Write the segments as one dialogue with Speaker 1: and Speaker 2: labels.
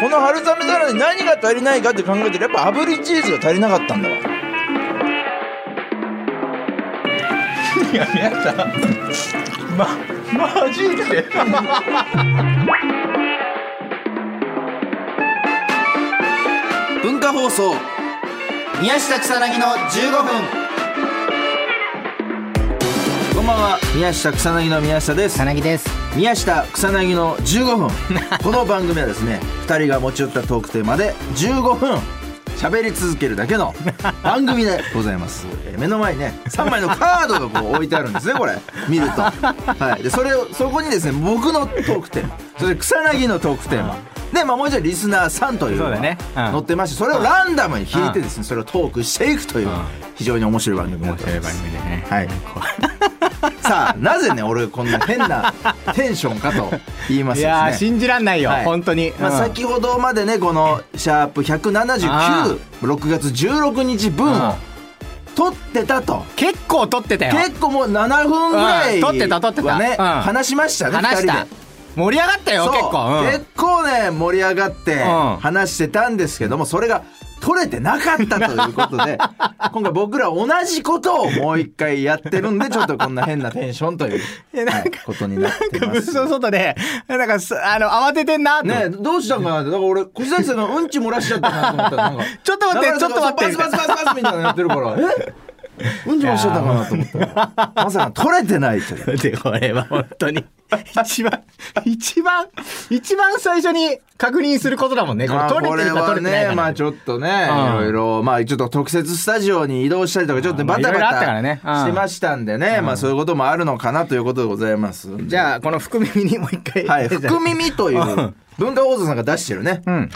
Speaker 1: この春雨サラダに何が足りないかって考えてるやっぱ炙りチーズが足りなかったんだわ
Speaker 2: いや宮下まマジで
Speaker 3: 文化放送宮下草薙の15分こんばんは宮下草薙の宮下です
Speaker 4: 草薙です
Speaker 3: 宮下草薙の15分 この番組はですね2人が持ち寄ったトークテーマで15分喋り続けるだけ の番組でございます、えー目の前にね3枚のカードがこう置いてあるんですねこれ見ると、はい、でそれをそこにですね僕のトークテーマそれで草薙のトークテーマで、まあ、もう一度リスナーさんというの
Speaker 2: そう
Speaker 3: が
Speaker 2: だねうん
Speaker 3: 載ってましてそれをランダムに引いてですねそれをトークしていくという非常に面白い番組にな
Speaker 2: 面
Speaker 3: っており
Speaker 2: 白
Speaker 3: ま
Speaker 2: い番
Speaker 3: す
Speaker 2: 組でね
Speaker 3: はいさあなぜね俺こんな変 なテンションかと言います
Speaker 4: い
Speaker 3: と
Speaker 4: やー
Speaker 3: ですね
Speaker 4: 信じらんないよ、
Speaker 3: はい
Speaker 4: 本当に、
Speaker 3: まあ、
Speaker 4: うん
Speaker 3: 先ほどまでねこのシャープ
Speaker 4: あ
Speaker 3: 1796月16日分
Speaker 4: うん
Speaker 3: を取ってたと
Speaker 4: 結構撮ってたよ
Speaker 3: 結構もう7分ぐら
Speaker 4: う
Speaker 3: い
Speaker 4: ん撮ってた撮ってた
Speaker 3: はね
Speaker 4: うん
Speaker 3: 話しましたね
Speaker 4: 話した
Speaker 3: 2人で
Speaker 4: 盛り上がったよ
Speaker 3: そう
Speaker 4: 結構、うん
Speaker 3: 結構ね盛り上がって
Speaker 4: ん
Speaker 3: 話してたんですけどもそれが取れてなかったということ で今回僕ら同じことをもう一回やってるん でちょっとこんな変なテンションという
Speaker 4: やな
Speaker 3: は
Speaker 4: んか
Speaker 3: いことになって
Speaker 4: ブ
Speaker 3: ま
Speaker 4: ー スの
Speaker 3: す。
Speaker 4: 外でなんかすあの慌ててんなと思って
Speaker 3: ねえどうしたんかなってだから俺小崎さんがうんち漏らしちゃったなと思ったらなんか。
Speaker 4: ちょっと待ってちょっと待って
Speaker 3: バスバスバスバスみたいなのやってるから、えうんち漏らしちゃったかなと思った ら、まさか取れてないという。
Speaker 4: でこれは本当に一番一番一番最初に確認することだもんねこ
Speaker 3: ま
Speaker 4: れ
Speaker 3: あ
Speaker 4: 取れてるか取れてな
Speaker 3: これ
Speaker 4: い
Speaker 3: はね、
Speaker 4: か
Speaker 3: ま
Speaker 4: な
Speaker 3: あ
Speaker 4: ん
Speaker 3: ち
Speaker 4: て
Speaker 3: ょっとね、いろ
Speaker 4: ん
Speaker 3: いろ、まあちょっと特設スタジオに移動したりとか、ちょっとバタバ
Speaker 4: まあいろいろあったから
Speaker 3: タ
Speaker 4: ねうん
Speaker 3: してましたんでね、まあそういうこともあるのかなということでございます。
Speaker 4: じゃあこの福耳にもう一回
Speaker 3: はい、福耳という文化放送さんが出してるね、
Speaker 4: ん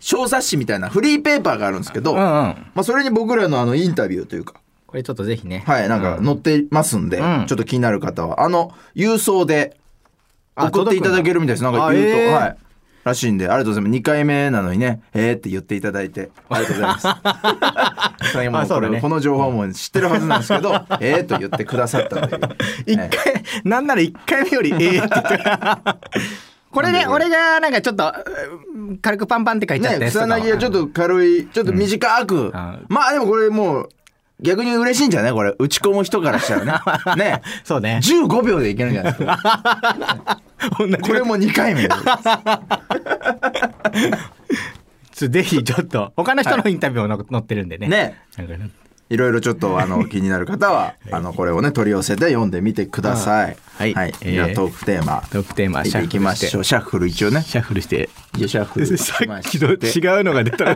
Speaker 3: 小冊子みたいなフリーペーパーがあるんですけど、
Speaker 4: うんうん
Speaker 3: まあそれに僕らのあのインタビューというか、
Speaker 4: これちょっとぜひね
Speaker 3: はい、なんか載ってますんで、
Speaker 4: ん
Speaker 3: ちょっと気になる方は、あの、郵送で
Speaker 4: あ
Speaker 3: 送っていただけるみたいです。なんか
Speaker 4: 届くんだ
Speaker 3: 言うと、
Speaker 4: あえー
Speaker 3: はい。らしいんで、ありがとうございます。2回目なのにね、えーって言っていただいて、ありがとうございます。 最後もう
Speaker 4: あそ
Speaker 3: こ
Speaker 4: うだ
Speaker 3: れ、
Speaker 4: ね
Speaker 3: この情報も知ってるはずなんです けど、えーと言ってくださったという。
Speaker 4: 一回、なんなら一回目より、ええって言って たこれね、俺がなんかちょっと、うん軽くパンパンって書いちゃっ
Speaker 3: ね、
Speaker 4: たやつと
Speaker 3: 草
Speaker 4: かは
Speaker 3: 薙がちょっと軽い、ちょっと短く、まあでもこれもう、逆に嬉しいんじゃないこれ、打ち込む人からしたら ね。ね。
Speaker 4: そうね。
Speaker 3: 15秒でいけるんじゃないですか。
Speaker 4: 同じ
Speaker 3: これも2回目です。
Speaker 4: つぜひちょっと、他の人のインタビューもの載ってるんでね。
Speaker 3: ね
Speaker 4: なんかね。
Speaker 3: いろいろちょっとあの気になる方はあのこれをね取り寄せて読んでみてください。
Speaker 4: はいえー
Speaker 3: じゃあトークテーマ。
Speaker 4: トークテーマ
Speaker 3: 見ていきましょう。シャッフル一応ね。
Speaker 4: シャッフルして。
Speaker 3: いやシャッフルし
Speaker 4: さっ
Speaker 3: ま
Speaker 4: き
Speaker 3: し
Speaker 4: と
Speaker 3: て。
Speaker 4: 違うのが出 たら、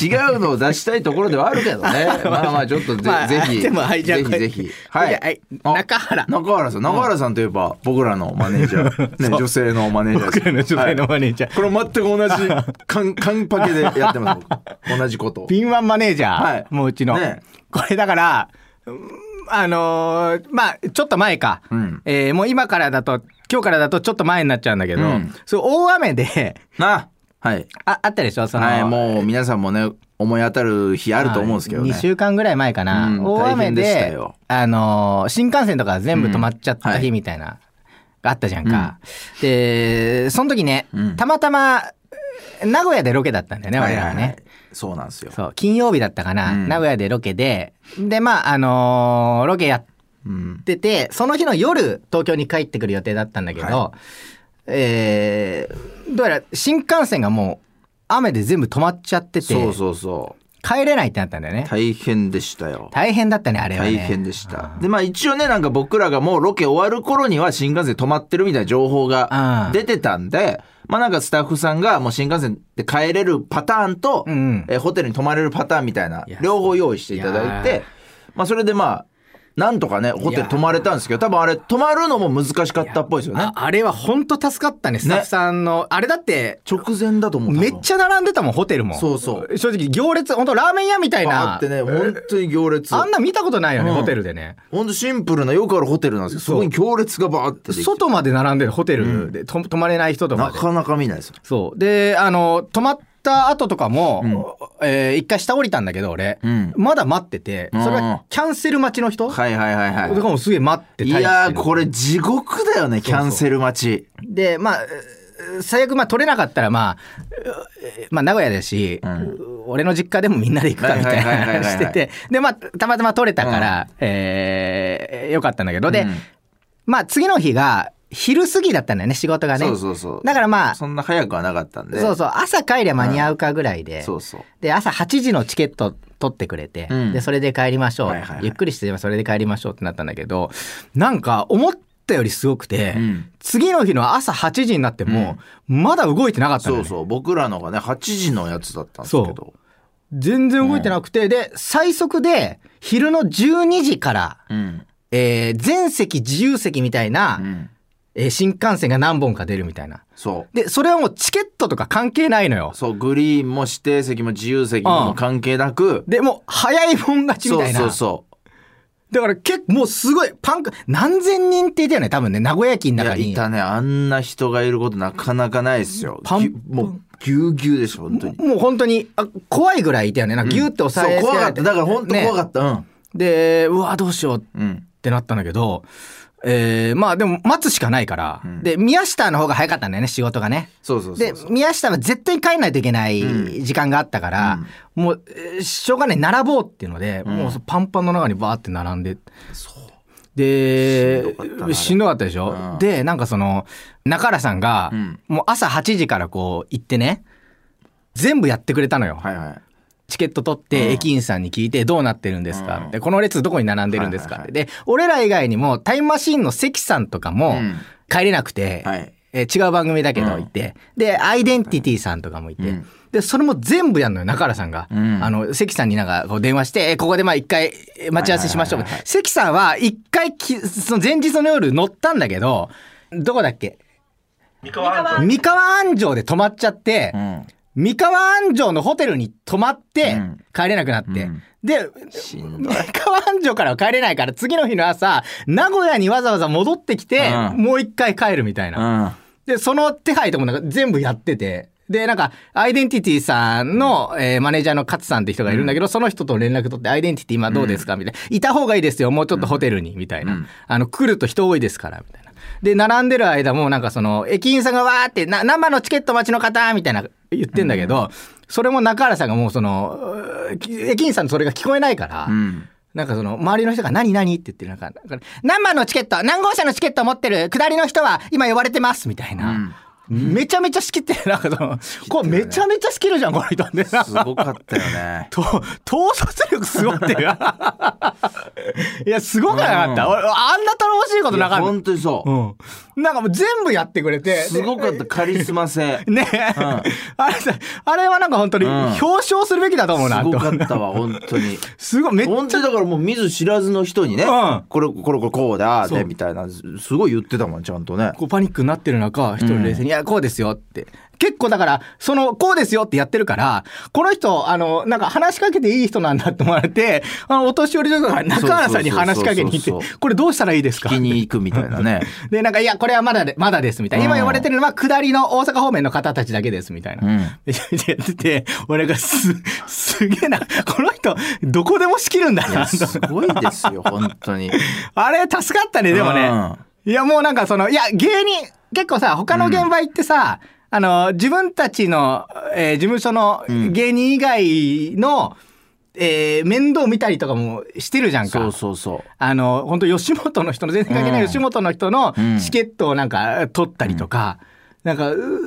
Speaker 3: 違うのを出したいところではあるけど ね。まあまあちょっとぜ,、
Speaker 4: まあ
Speaker 3: ぜひ
Speaker 4: でもはいじゃあ
Speaker 3: ぜひぜひ
Speaker 4: はいじゃあはい
Speaker 3: あ
Speaker 4: 中原
Speaker 3: 中原さん中原さんといえば僕らのマネージャー、ね、女性のマネージャーです。
Speaker 4: 僕らの女性のマネージャー
Speaker 3: はいこれ全く同じ完 完パケでやってます。 僕同じことを。
Speaker 4: 敏腕マネージャー、
Speaker 3: はい
Speaker 4: もううちの。
Speaker 3: ね
Speaker 4: これだから、うんあのーまあ、ちょっと前か、
Speaker 3: ん
Speaker 4: えーもう今からだと、今日からだとちょっと前になっちゃうんだけど、
Speaker 3: ん
Speaker 4: そう大雨で、
Speaker 3: なはい。
Speaker 4: ああったでしょその、
Speaker 3: はい、もう皆さんもね思い当たる日あると思うんですけどね。
Speaker 4: 2週間ぐらい前かな、
Speaker 3: うん
Speaker 4: 大
Speaker 3: 大
Speaker 4: 雨
Speaker 3: 変
Speaker 4: で
Speaker 3: でしたよ
Speaker 4: あのー新幹線とか全部止まっちゃっ
Speaker 3: うん
Speaker 4: た
Speaker 3: は
Speaker 4: 日
Speaker 3: い
Speaker 4: みたいな、があったじゃんか、でその時ね、
Speaker 3: うん
Speaker 4: たまたま名古屋でロケだったんだよね
Speaker 3: は
Speaker 4: 我
Speaker 3: い
Speaker 4: 々
Speaker 3: はい
Speaker 4: は
Speaker 3: はい
Speaker 4: ね、
Speaker 3: そうなんですよ。
Speaker 4: そう金曜日だったかな、
Speaker 3: うん
Speaker 4: 名古屋でロケででまああのーロケやっ
Speaker 3: うん。
Speaker 4: ててその日の夜東京に帰ってくる予定だったんだけど、
Speaker 3: は
Speaker 4: えーどうやら新幹線がもう雨で全部止まっちゃってて
Speaker 3: そうそうそう。
Speaker 4: 帰れないってなったんだよね
Speaker 3: 大変でしたよ。
Speaker 4: 大変だったねあれはね
Speaker 3: 大変でした。で、まあ一応ね、なんか僕らがもうロケ終わる頃には新幹線止まってるみたいな情報
Speaker 4: う
Speaker 3: が
Speaker 4: ん
Speaker 3: 出てたんで、まあなんかスタッフさんがもう新幹線で帰れるパターンと、
Speaker 4: うんうん
Speaker 3: えーホテルに泊まれるパターンみたいない
Speaker 4: や、
Speaker 3: 両方用意していただい
Speaker 4: いや
Speaker 3: て、まあそれでまあ、なんとかね、ホテル泊まれたんですけど、多分あれ、泊まるのも難しかったっぽいですよね
Speaker 4: あ。あれは本当助かったねスタッフさんの、あれだって
Speaker 3: 直前だと思う。多分
Speaker 4: めっちゃ並んでたもんホテルも
Speaker 3: そうそう。
Speaker 4: 正直行列本当ラーメン屋みたい
Speaker 3: あ
Speaker 4: な
Speaker 3: ってね、本当に行列。
Speaker 4: あんな見たことないよね、
Speaker 3: うん
Speaker 4: ホテルでね
Speaker 3: 本当シンプルなよくあるホテルなんですけど、そこに行列がバーってできて
Speaker 4: 外まで並んでるホテルで、と泊まれない人とか
Speaker 3: な
Speaker 4: で
Speaker 3: かなか見ないですよ。
Speaker 4: そうであの泊まった後とかも、えー一回下降りたんだけど俺、
Speaker 3: うん
Speaker 4: まだ待っててそれはキャンセル待ちの人、
Speaker 3: はいはいはい
Speaker 4: と
Speaker 3: は
Speaker 4: かもすげえ待って
Speaker 3: い。
Speaker 4: 待
Speaker 3: い
Speaker 4: 機してる
Speaker 3: やー、これ地獄だよね、キャンセル待ち。
Speaker 4: でまあえー最悪まあ取れなかったらまあ、えーまあ名古屋だし、俺の実家でもみんなで行くかみたいな
Speaker 3: はいはいはいはいはい
Speaker 4: 話してて、でまあたまたま取れたから、えーよかったんだけど、で、まあ次の日が昼過ぎだったんだよね、仕事がね。
Speaker 3: そうそうそう
Speaker 4: だからまあ、
Speaker 3: そんな早くはなかったんで
Speaker 4: そうそう、朝帰りゃ間に合うかぐらいで、
Speaker 3: そうそう
Speaker 4: で朝8時のチケット取ってくれて、
Speaker 3: うん
Speaker 4: でそれで帰りましょう、
Speaker 3: はいはいはい
Speaker 4: ゆっくりしてそれで帰りましょうってなったんだけどなんか思ったよりすごくて、
Speaker 3: うん
Speaker 4: 次の日の朝8時になっても、まだ動いてなかったの、
Speaker 3: そ
Speaker 4: ね、
Speaker 3: うそう僕らのがね8時のやつだったんですけど
Speaker 4: 全然動いてなくて、で最速で昼の12時から、
Speaker 3: うん
Speaker 4: えー全席自由席みたいな、
Speaker 3: うん
Speaker 4: えー新幹線が何本か出るみたいな
Speaker 3: そ
Speaker 4: でそれはもうチケットとか関係ないのよ
Speaker 3: うそうグリーンも指定席も自由席も関係なく
Speaker 4: でもう早いもん勝ちみ
Speaker 3: そう
Speaker 4: たいな
Speaker 3: そうそう
Speaker 4: だから結構もうすごいパンク何千人っていたよね多分ね名古屋駅
Speaker 3: い
Speaker 4: の
Speaker 3: や
Speaker 4: 中に
Speaker 3: いたねあんな人がいることなかなかないですよ
Speaker 4: パン
Speaker 3: ぎゅもうぎゅうぎゅうでしょ本当に
Speaker 4: もう本当にあ怖いぐらいいたよねなんかギュって
Speaker 3: そ
Speaker 4: 押さえ
Speaker 3: う
Speaker 4: つけ
Speaker 3: 怖
Speaker 4: ら
Speaker 3: か
Speaker 4: れ、
Speaker 3: ってただから本当怖か
Speaker 4: っ
Speaker 3: ったうん
Speaker 4: た、でうわどうしようっ
Speaker 3: うん
Speaker 4: てなったんだけどえーまあでも待つしかないから、
Speaker 3: ん
Speaker 4: で宮下の方が早かったんだよね仕事がね
Speaker 3: そうそうそうそう
Speaker 4: で宮下は絶対に帰んないといけない時間があったから、もうえーしょうがない並ぼうっていうので、もうそパンパンの中にバーって並んででしんどかったでしょ、
Speaker 3: うん
Speaker 4: でなんかその中原さんが、
Speaker 3: ん
Speaker 4: もう朝8時からこう行ってね全部やってくれたのよ、
Speaker 3: はいはい
Speaker 4: チケット取って駅員さんに聞いてどうなってるんですか、
Speaker 3: うん
Speaker 4: でこの列どこに並んでるんですか、
Speaker 3: はいはい
Speaker 4: で俺ら以外にもタイムマシーンの関さんとかも
Speaker 3: うん
Speaker 4: 帰れなくて、
Speaker 3: はい
Speaker 4: えー違う番組だけど
Speaker 3: うん
Speaker 4: いて、でアイデンティティさんとかもいて、
Speaker 3: うん
Speaker 4: でそれも全部やんのよ中原さんが、
Speaker 3: ん
Speaker 4: あの関さんになんかこう電話してえー「ここでまあ一回えー待ち合わせしましょう」
Speaker 3: はいはいはいはい
Speaker 4: 関さんは一回きその前日の夜乗ったんだけどどこだっけ三河安城で泊まっちゃって、
Speaker 3: うん
Speaker 4: 三河安城のホテルに泊まって
Speaker 3: うん
Speaker 4: 帰れなくなって、
Speaker 3: うん
Speaker 4: で
Speaker 3: しんどい
Speaker 4: 三河安城からは帰れないから次の日の朝名古屋にわざわざ戻ってきて、
Speaker 3: うん
Speaker 4: もう一回帰るみたいな。
Speaker 3: うん
Speaker 4: で、その手配とかもなんか全部やってて、で、なんか、アイデンティティさんの、えーマネージャーの勝さんって人がいるんだけど、その人と連絡取って、アイデンティティ今どうですかみたいな。いた方がいいですよ、もうちょっとホテルに、みたいな。
Speaker 3: うん
Speaker 4: あの、来ると人多いですから、みたいな。で、並んでる間も、なんかその、駅員さんがわーって、な、生のチケット待ちの方みたいな言ってんだけど、それも中原さんがもうその、うーき駅員さんのそれが聞こえないから、
Speaker 3: うん
Speaker 4: なんかその、周りの人が何何って言ってる中、なんか何番のチケット、何号車のチケットを持ってる、下りの人は今呼ばれてます、みたいな。めちゃめちゃ仕切ってる、なんかその、これめちゃめちゃ仕切るじゃん、この 人ね。
Speaker 3: すごかったよ ね
Speaker 4: と統率力すごくて。 いや、すごくなかった。
Speaker 3: うん
Speaker 4: 俺、あんな楽しいこと
Speaker 3: い
Speaker 4: な
Speaker 3: や
Speaker 4: かっ
Speaker 3: 本当にそう
Speaker 4: た。うん。なんかもう全部やってくれて。
Speaker 3: すごかったカリスマ性
Speaker 4: ねえ、あれさ、あれはなんか本当に
Speaker 3: うん
Speaker 4: 表彰するべきだと思うな、
Speaker 3: す
Speaker 4: と
Speaker 3: ご
Speaker 4: 思
Speaker 3: か
Speaker 4: う
Speaker 3: ったわ本当に
Speaker 4: すごい、めっちゃ
Speaker 3: 本当にだからもう見ず知らずの人にね、
Speaker 4: うん
Speaker 3: これこれこれこうだああ
Speaker 4: そ
Speaker 3: で
Speaker 4: う
Speaker 3: みたいなすすごい言ってたもんちゃんとね
Speaker 4: こうパニックになってる中、一人冷静に、いや、こうですよって。結構だから、その、こうですよってやってるから、この人、あの、なんか話しかけていい人なんだって思われて、あの、お年寄りとかが中原さんに話しかけに行
Speaker 3: そうそうそう
Speaker 4: っ
Speaker 3: そ
Speaker 4: て、これどうしたらいいですか
Speaker 3: 聞きに行くみたいな ね
Speaker 4: で、なんか、いや、これはまだで、まだです、みたいな。
Speaker 3: う
Speaker 4: 今
Speaker 3: ん
Speaker 4: 呼ばれてるのは、下りの大阪方面の方たちだけです、みたいな。
Speaker 3: うん
Speaker 4: でやってて、俺がす、すげえな、この人、どこでも仕切るんだ
Speaker 3: い
Speaker 4: な、
Speaker 3: や
Speaker 4: と
Speaker 3: すごいです よ本当に
Speaker 4: あれ助かったねでもね、いやもうなんかそのいや芸人結構さ他の現場行ってさ、あの自分たちの、えー事務所の芸人以外の、えー面倒見たりとかもしてるじゃんか。
Speaker 3: そうそうそ
Speaker 4: あの本当吉本の人の全然関係な
Speaker 3: う
Speaker 4: い
Speaker 3: ん
Speaker 4: 吉本の人の
Speaker 3: うん
Speaker 4: チケットをなんか取ったりとか、なんかう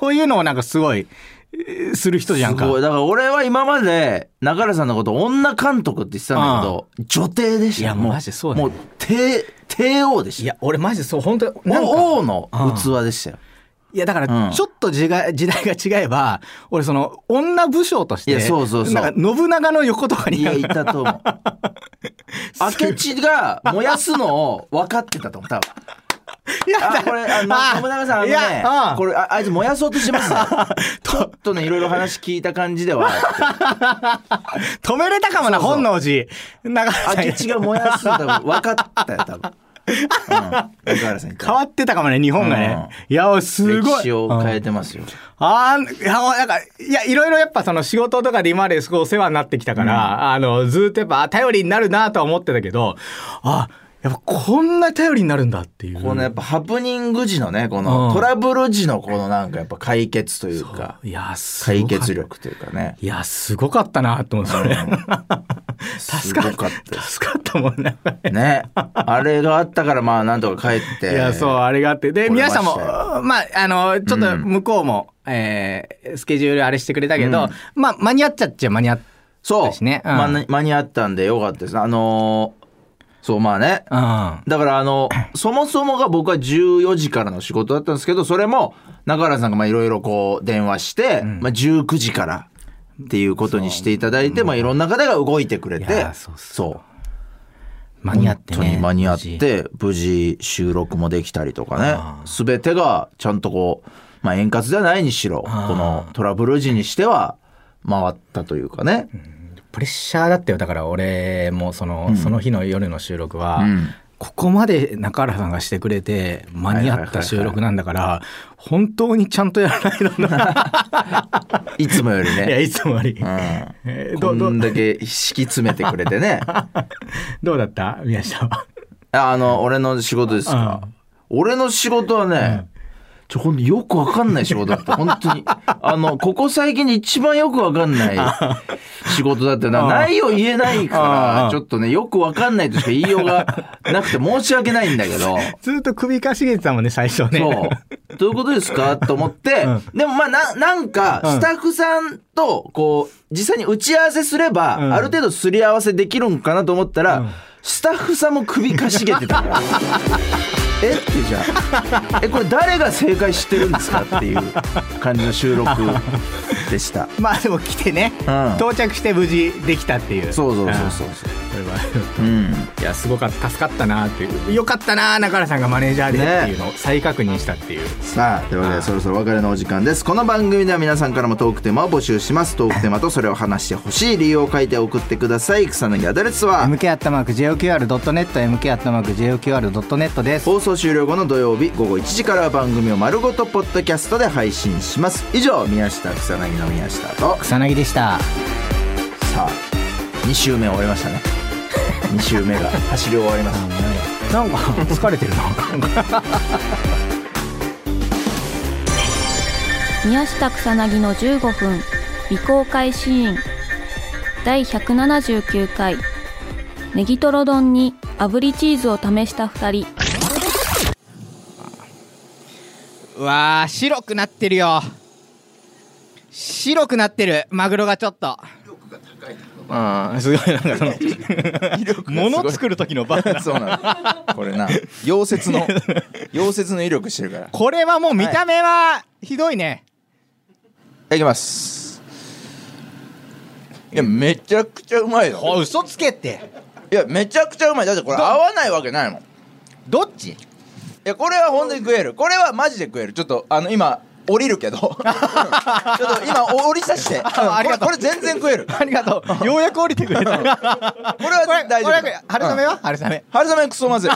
Speaker 4: そういうのをなんかすごいえーする人
Speaker 3: う
Speaker 4: じゃ
Speaker 3: す
Speaker 4: んか。
Speaker 3: ごいだから俺は今まで中原さんのこと女監督って言ってたんだけど女帝でした
Speaker 4: いやもう
Speaker 3: もう
Speaker 4: マジそうだね
Speaker 3: もう帝帝王でし
Speaker 4: い
Speaker 3: たよ
Speaker 4: や俺マジそう本当なんか
Speaker 3: 王王の器でしたよ
Speaker 4: いやだか
Speaker 3: う
Speaker 4: ら
Speaker 3: ん
Speaker 4: ちょっと時代,、時代が違えば俺その女武将として
Speaker 3: いやそうそうそう
Speaker 4: なんか信長の横とか
Speaker 3: い
Speaker 4: に
Speaker 3: や
Speaker 4: なん
Speaker 3: い
Speaker 4: か
Speaker 3: たと思 う明智が燃やすのを分かってたと思う多分
Speaker 4: いや
Speaker 3: あこれあの
Speaker 4: あ
Speaker 3: 信長さんあの
Speaker 4: い
Speaker 3: ね
Speaker 4: やうん
Speaker 3: これああいつ燃やそうとして ますねちょっとねいろいろ話聞いた感じでは
Speaker 4: 止めれたかもな
Speaker 3: そうそう
Speaker 4: 本能寺長原さん
Speaker 3: 明智が燃やすの多分分かったよ多分、うん、中原さんに
Speaker 4: 変わってたかもね日本がね、いやすごい
Speaker 3: 歴史を変えてますよ、
Speaker 4: あーいやなんかいやいろいろやっぱその仕事とかで今まですごいお世話になってきたから、あのずーっとやっぱあ頼りになるなとは思ってたけどあやっぱこんな頼りになるんだっていう。
Speaker 3: このやっぱハプニング時のね、この
Speaker 4: うん
Speaker 3: トラブル時のこのなんかやっぱ解決というか、
Speaker 4: いや、すごか
Speaker 3: 解
Speaker 4: っ
Speaker 3: 決。力というかね。
Speaker 4: いや、すごかったなって思ってたね。
Speaker 3: す
Speaker 4: 助
Speaker 3: ご
Speaker 4: かっ。
Speaker 3: かった
Speaker 4: 助かったもんね。
Speaker 3: た。ね。あれがあったからまあなんとか帰って。
Speaker 4: いや、そう、あれがあって。
Speaker 3: こ
Speaker 4: で、
Speaker 3: れ
Speaker 4: 皆さんも、
Speaker 3: まし
Speaker 4: まあ、あの、ちょっ
Speaker 3: う
Speaker 4: と
Speaker 3: ん
Speaker 4: 向こうも、えースケジュールあれしてくれたけど、まあ、間に合っちゃっちゃ間に合っ
Speaker 3: そう
Speaker 4: ですねうん
Speaker 3: まに間に合ったんでよかったです。あのーそうまあね。
Speaker 4: うん。
Speaker 3: だからあの、そもそもが僕は14時からの仕事だったんですけど、それも中原さんがまあいろいろこう電話して、まあ19時からっていうことにしていただいて、まあいろんな方が動いてくれ
Speaker 4: い
Speaker 3: て
Speaker 4: や、そう
Speaker 3: そう。
Speaker 4: 間に合ってね。
Speaker 3: 本当に間に合っ
Speaker 4: 無事。
Speaker 3: て無事収録もできたりとかね全てがちゃんとこう、まあ、円滑ではないにしろこのトラブル時にしては回ったというかね、
Speaker 4: プレッシャーだったよ。だから俺も、その、その日の夜の収録は、
Speaker 3: うん
Speaker 4: ここまで中原さんがしてくれて間に合った収録なんだから本当にちゃんとやらないのな
Speaker 3: いつもより
Speaker 4: いや
Speaker 3: ね、
Speaker 4: いつもより、え
Speaker 3: う
Speaker 4: ー
Speaker 3: ん、
Speaker 4: ど
Speaker 3: こ
Speaker 4: うどうん
Speaker 3: だけ敷き詰めてくれて ねあ
Speaker 4: どうだった宮下は
Speaker 3: あの俺の仕事ですか俺の仕事はね、ちょほんとよくわかんない仕事だった本当にあのここ最近で一番よくわかんない仕事だったな内容言えないか
Speaker 4: あ
Speaker 3: ら
Speaker 4: あ
Speaker 3: ちょっとねよくわかんないとしか言いようがなくて申し訳ないんだけど
Speaker 4: ずっと首かしげてたもんね最初ね
Speaker 3: そうどういうことですかと思 って、でもまあななんか
Speaker 4: うん
Speaker 3: スタッフさんとこう実際に打ち合わせすれば、
Speaker 4: うん
Speaker 3: ある程度すり合わせできるんかなと思ったら、
Speaker 4: ん
Speaker 3: スタッフさんも首かしげて たからえってじゃあえこれ誰が正解してるんですかっていう感じの収録でした。
Speaker 4: まあでも来てね、
Speaker 3: うん
Speaker 4: 到着して無事できたっていう
Speaker 3: そうそうそうそうそう。
Speaker 4: これは
Speaker 3: うん
Speaker 4: いやすごかった助かったなっていうよかったな中原さんがマネージャーでっていうのを再確認したっていう、
Speaker 3: さあということでそろそろお別れのお時間ですこの番組では皆さんからもトークテーマを募集しますトークテーマとそれを話してほしい理由を書いて送ってください草薙アドレスは
Speaker 4: MK アットマーク JOQR.net MK アットマーク JOQR.net です
Speaker 3: 放送終了後の土曜日午後1時からは番組を丸ごとポッドキャストで配信します以上宮下草薙の宮下と
Speaker 4: 草薙でした
Speaker 3: さあ2週目終わりました ね2週目が走り終わりました
Speaker 4: なんか疲れてるな
Speaker 5: 宮下草薙の15分未公開シーン第179回ネギトロ丼に炙りチーズを試した2人
Speaker 6: うわあ白くなってるよ白くなってるマグロがちょっと
Speaker 2: ああすごいなんかそ の
Speaker 6: 物作る時のバカ
Speaker 2: そうなのこれな
Speaker 1: 溶接の溶接の威力してるから
Speaker 6: これはもう見た目はひどいね、
Speaker 1: いきますいやめちゃくちゃうまいよ
Speaker 6: おい、嘘つけって
Speaker 1: いやめちゃくちゃうまいだってこれ合わないわけないもんい
Speaker 6: どっち
Speaker 1: やこれは本当に食えるこれはマジで食えるちょっとあの今降りる けどちょっと今降りさして
Speaker 6: ありがとう
Speaker 1: これこれ全然食えるこ
Speaker 6: ありがとうようやく降りてくれたこれ
Speaker 1: れは大丈夫
Speaker 6: これ春雨は、春雨
Speaker 1: 春雨クソまずい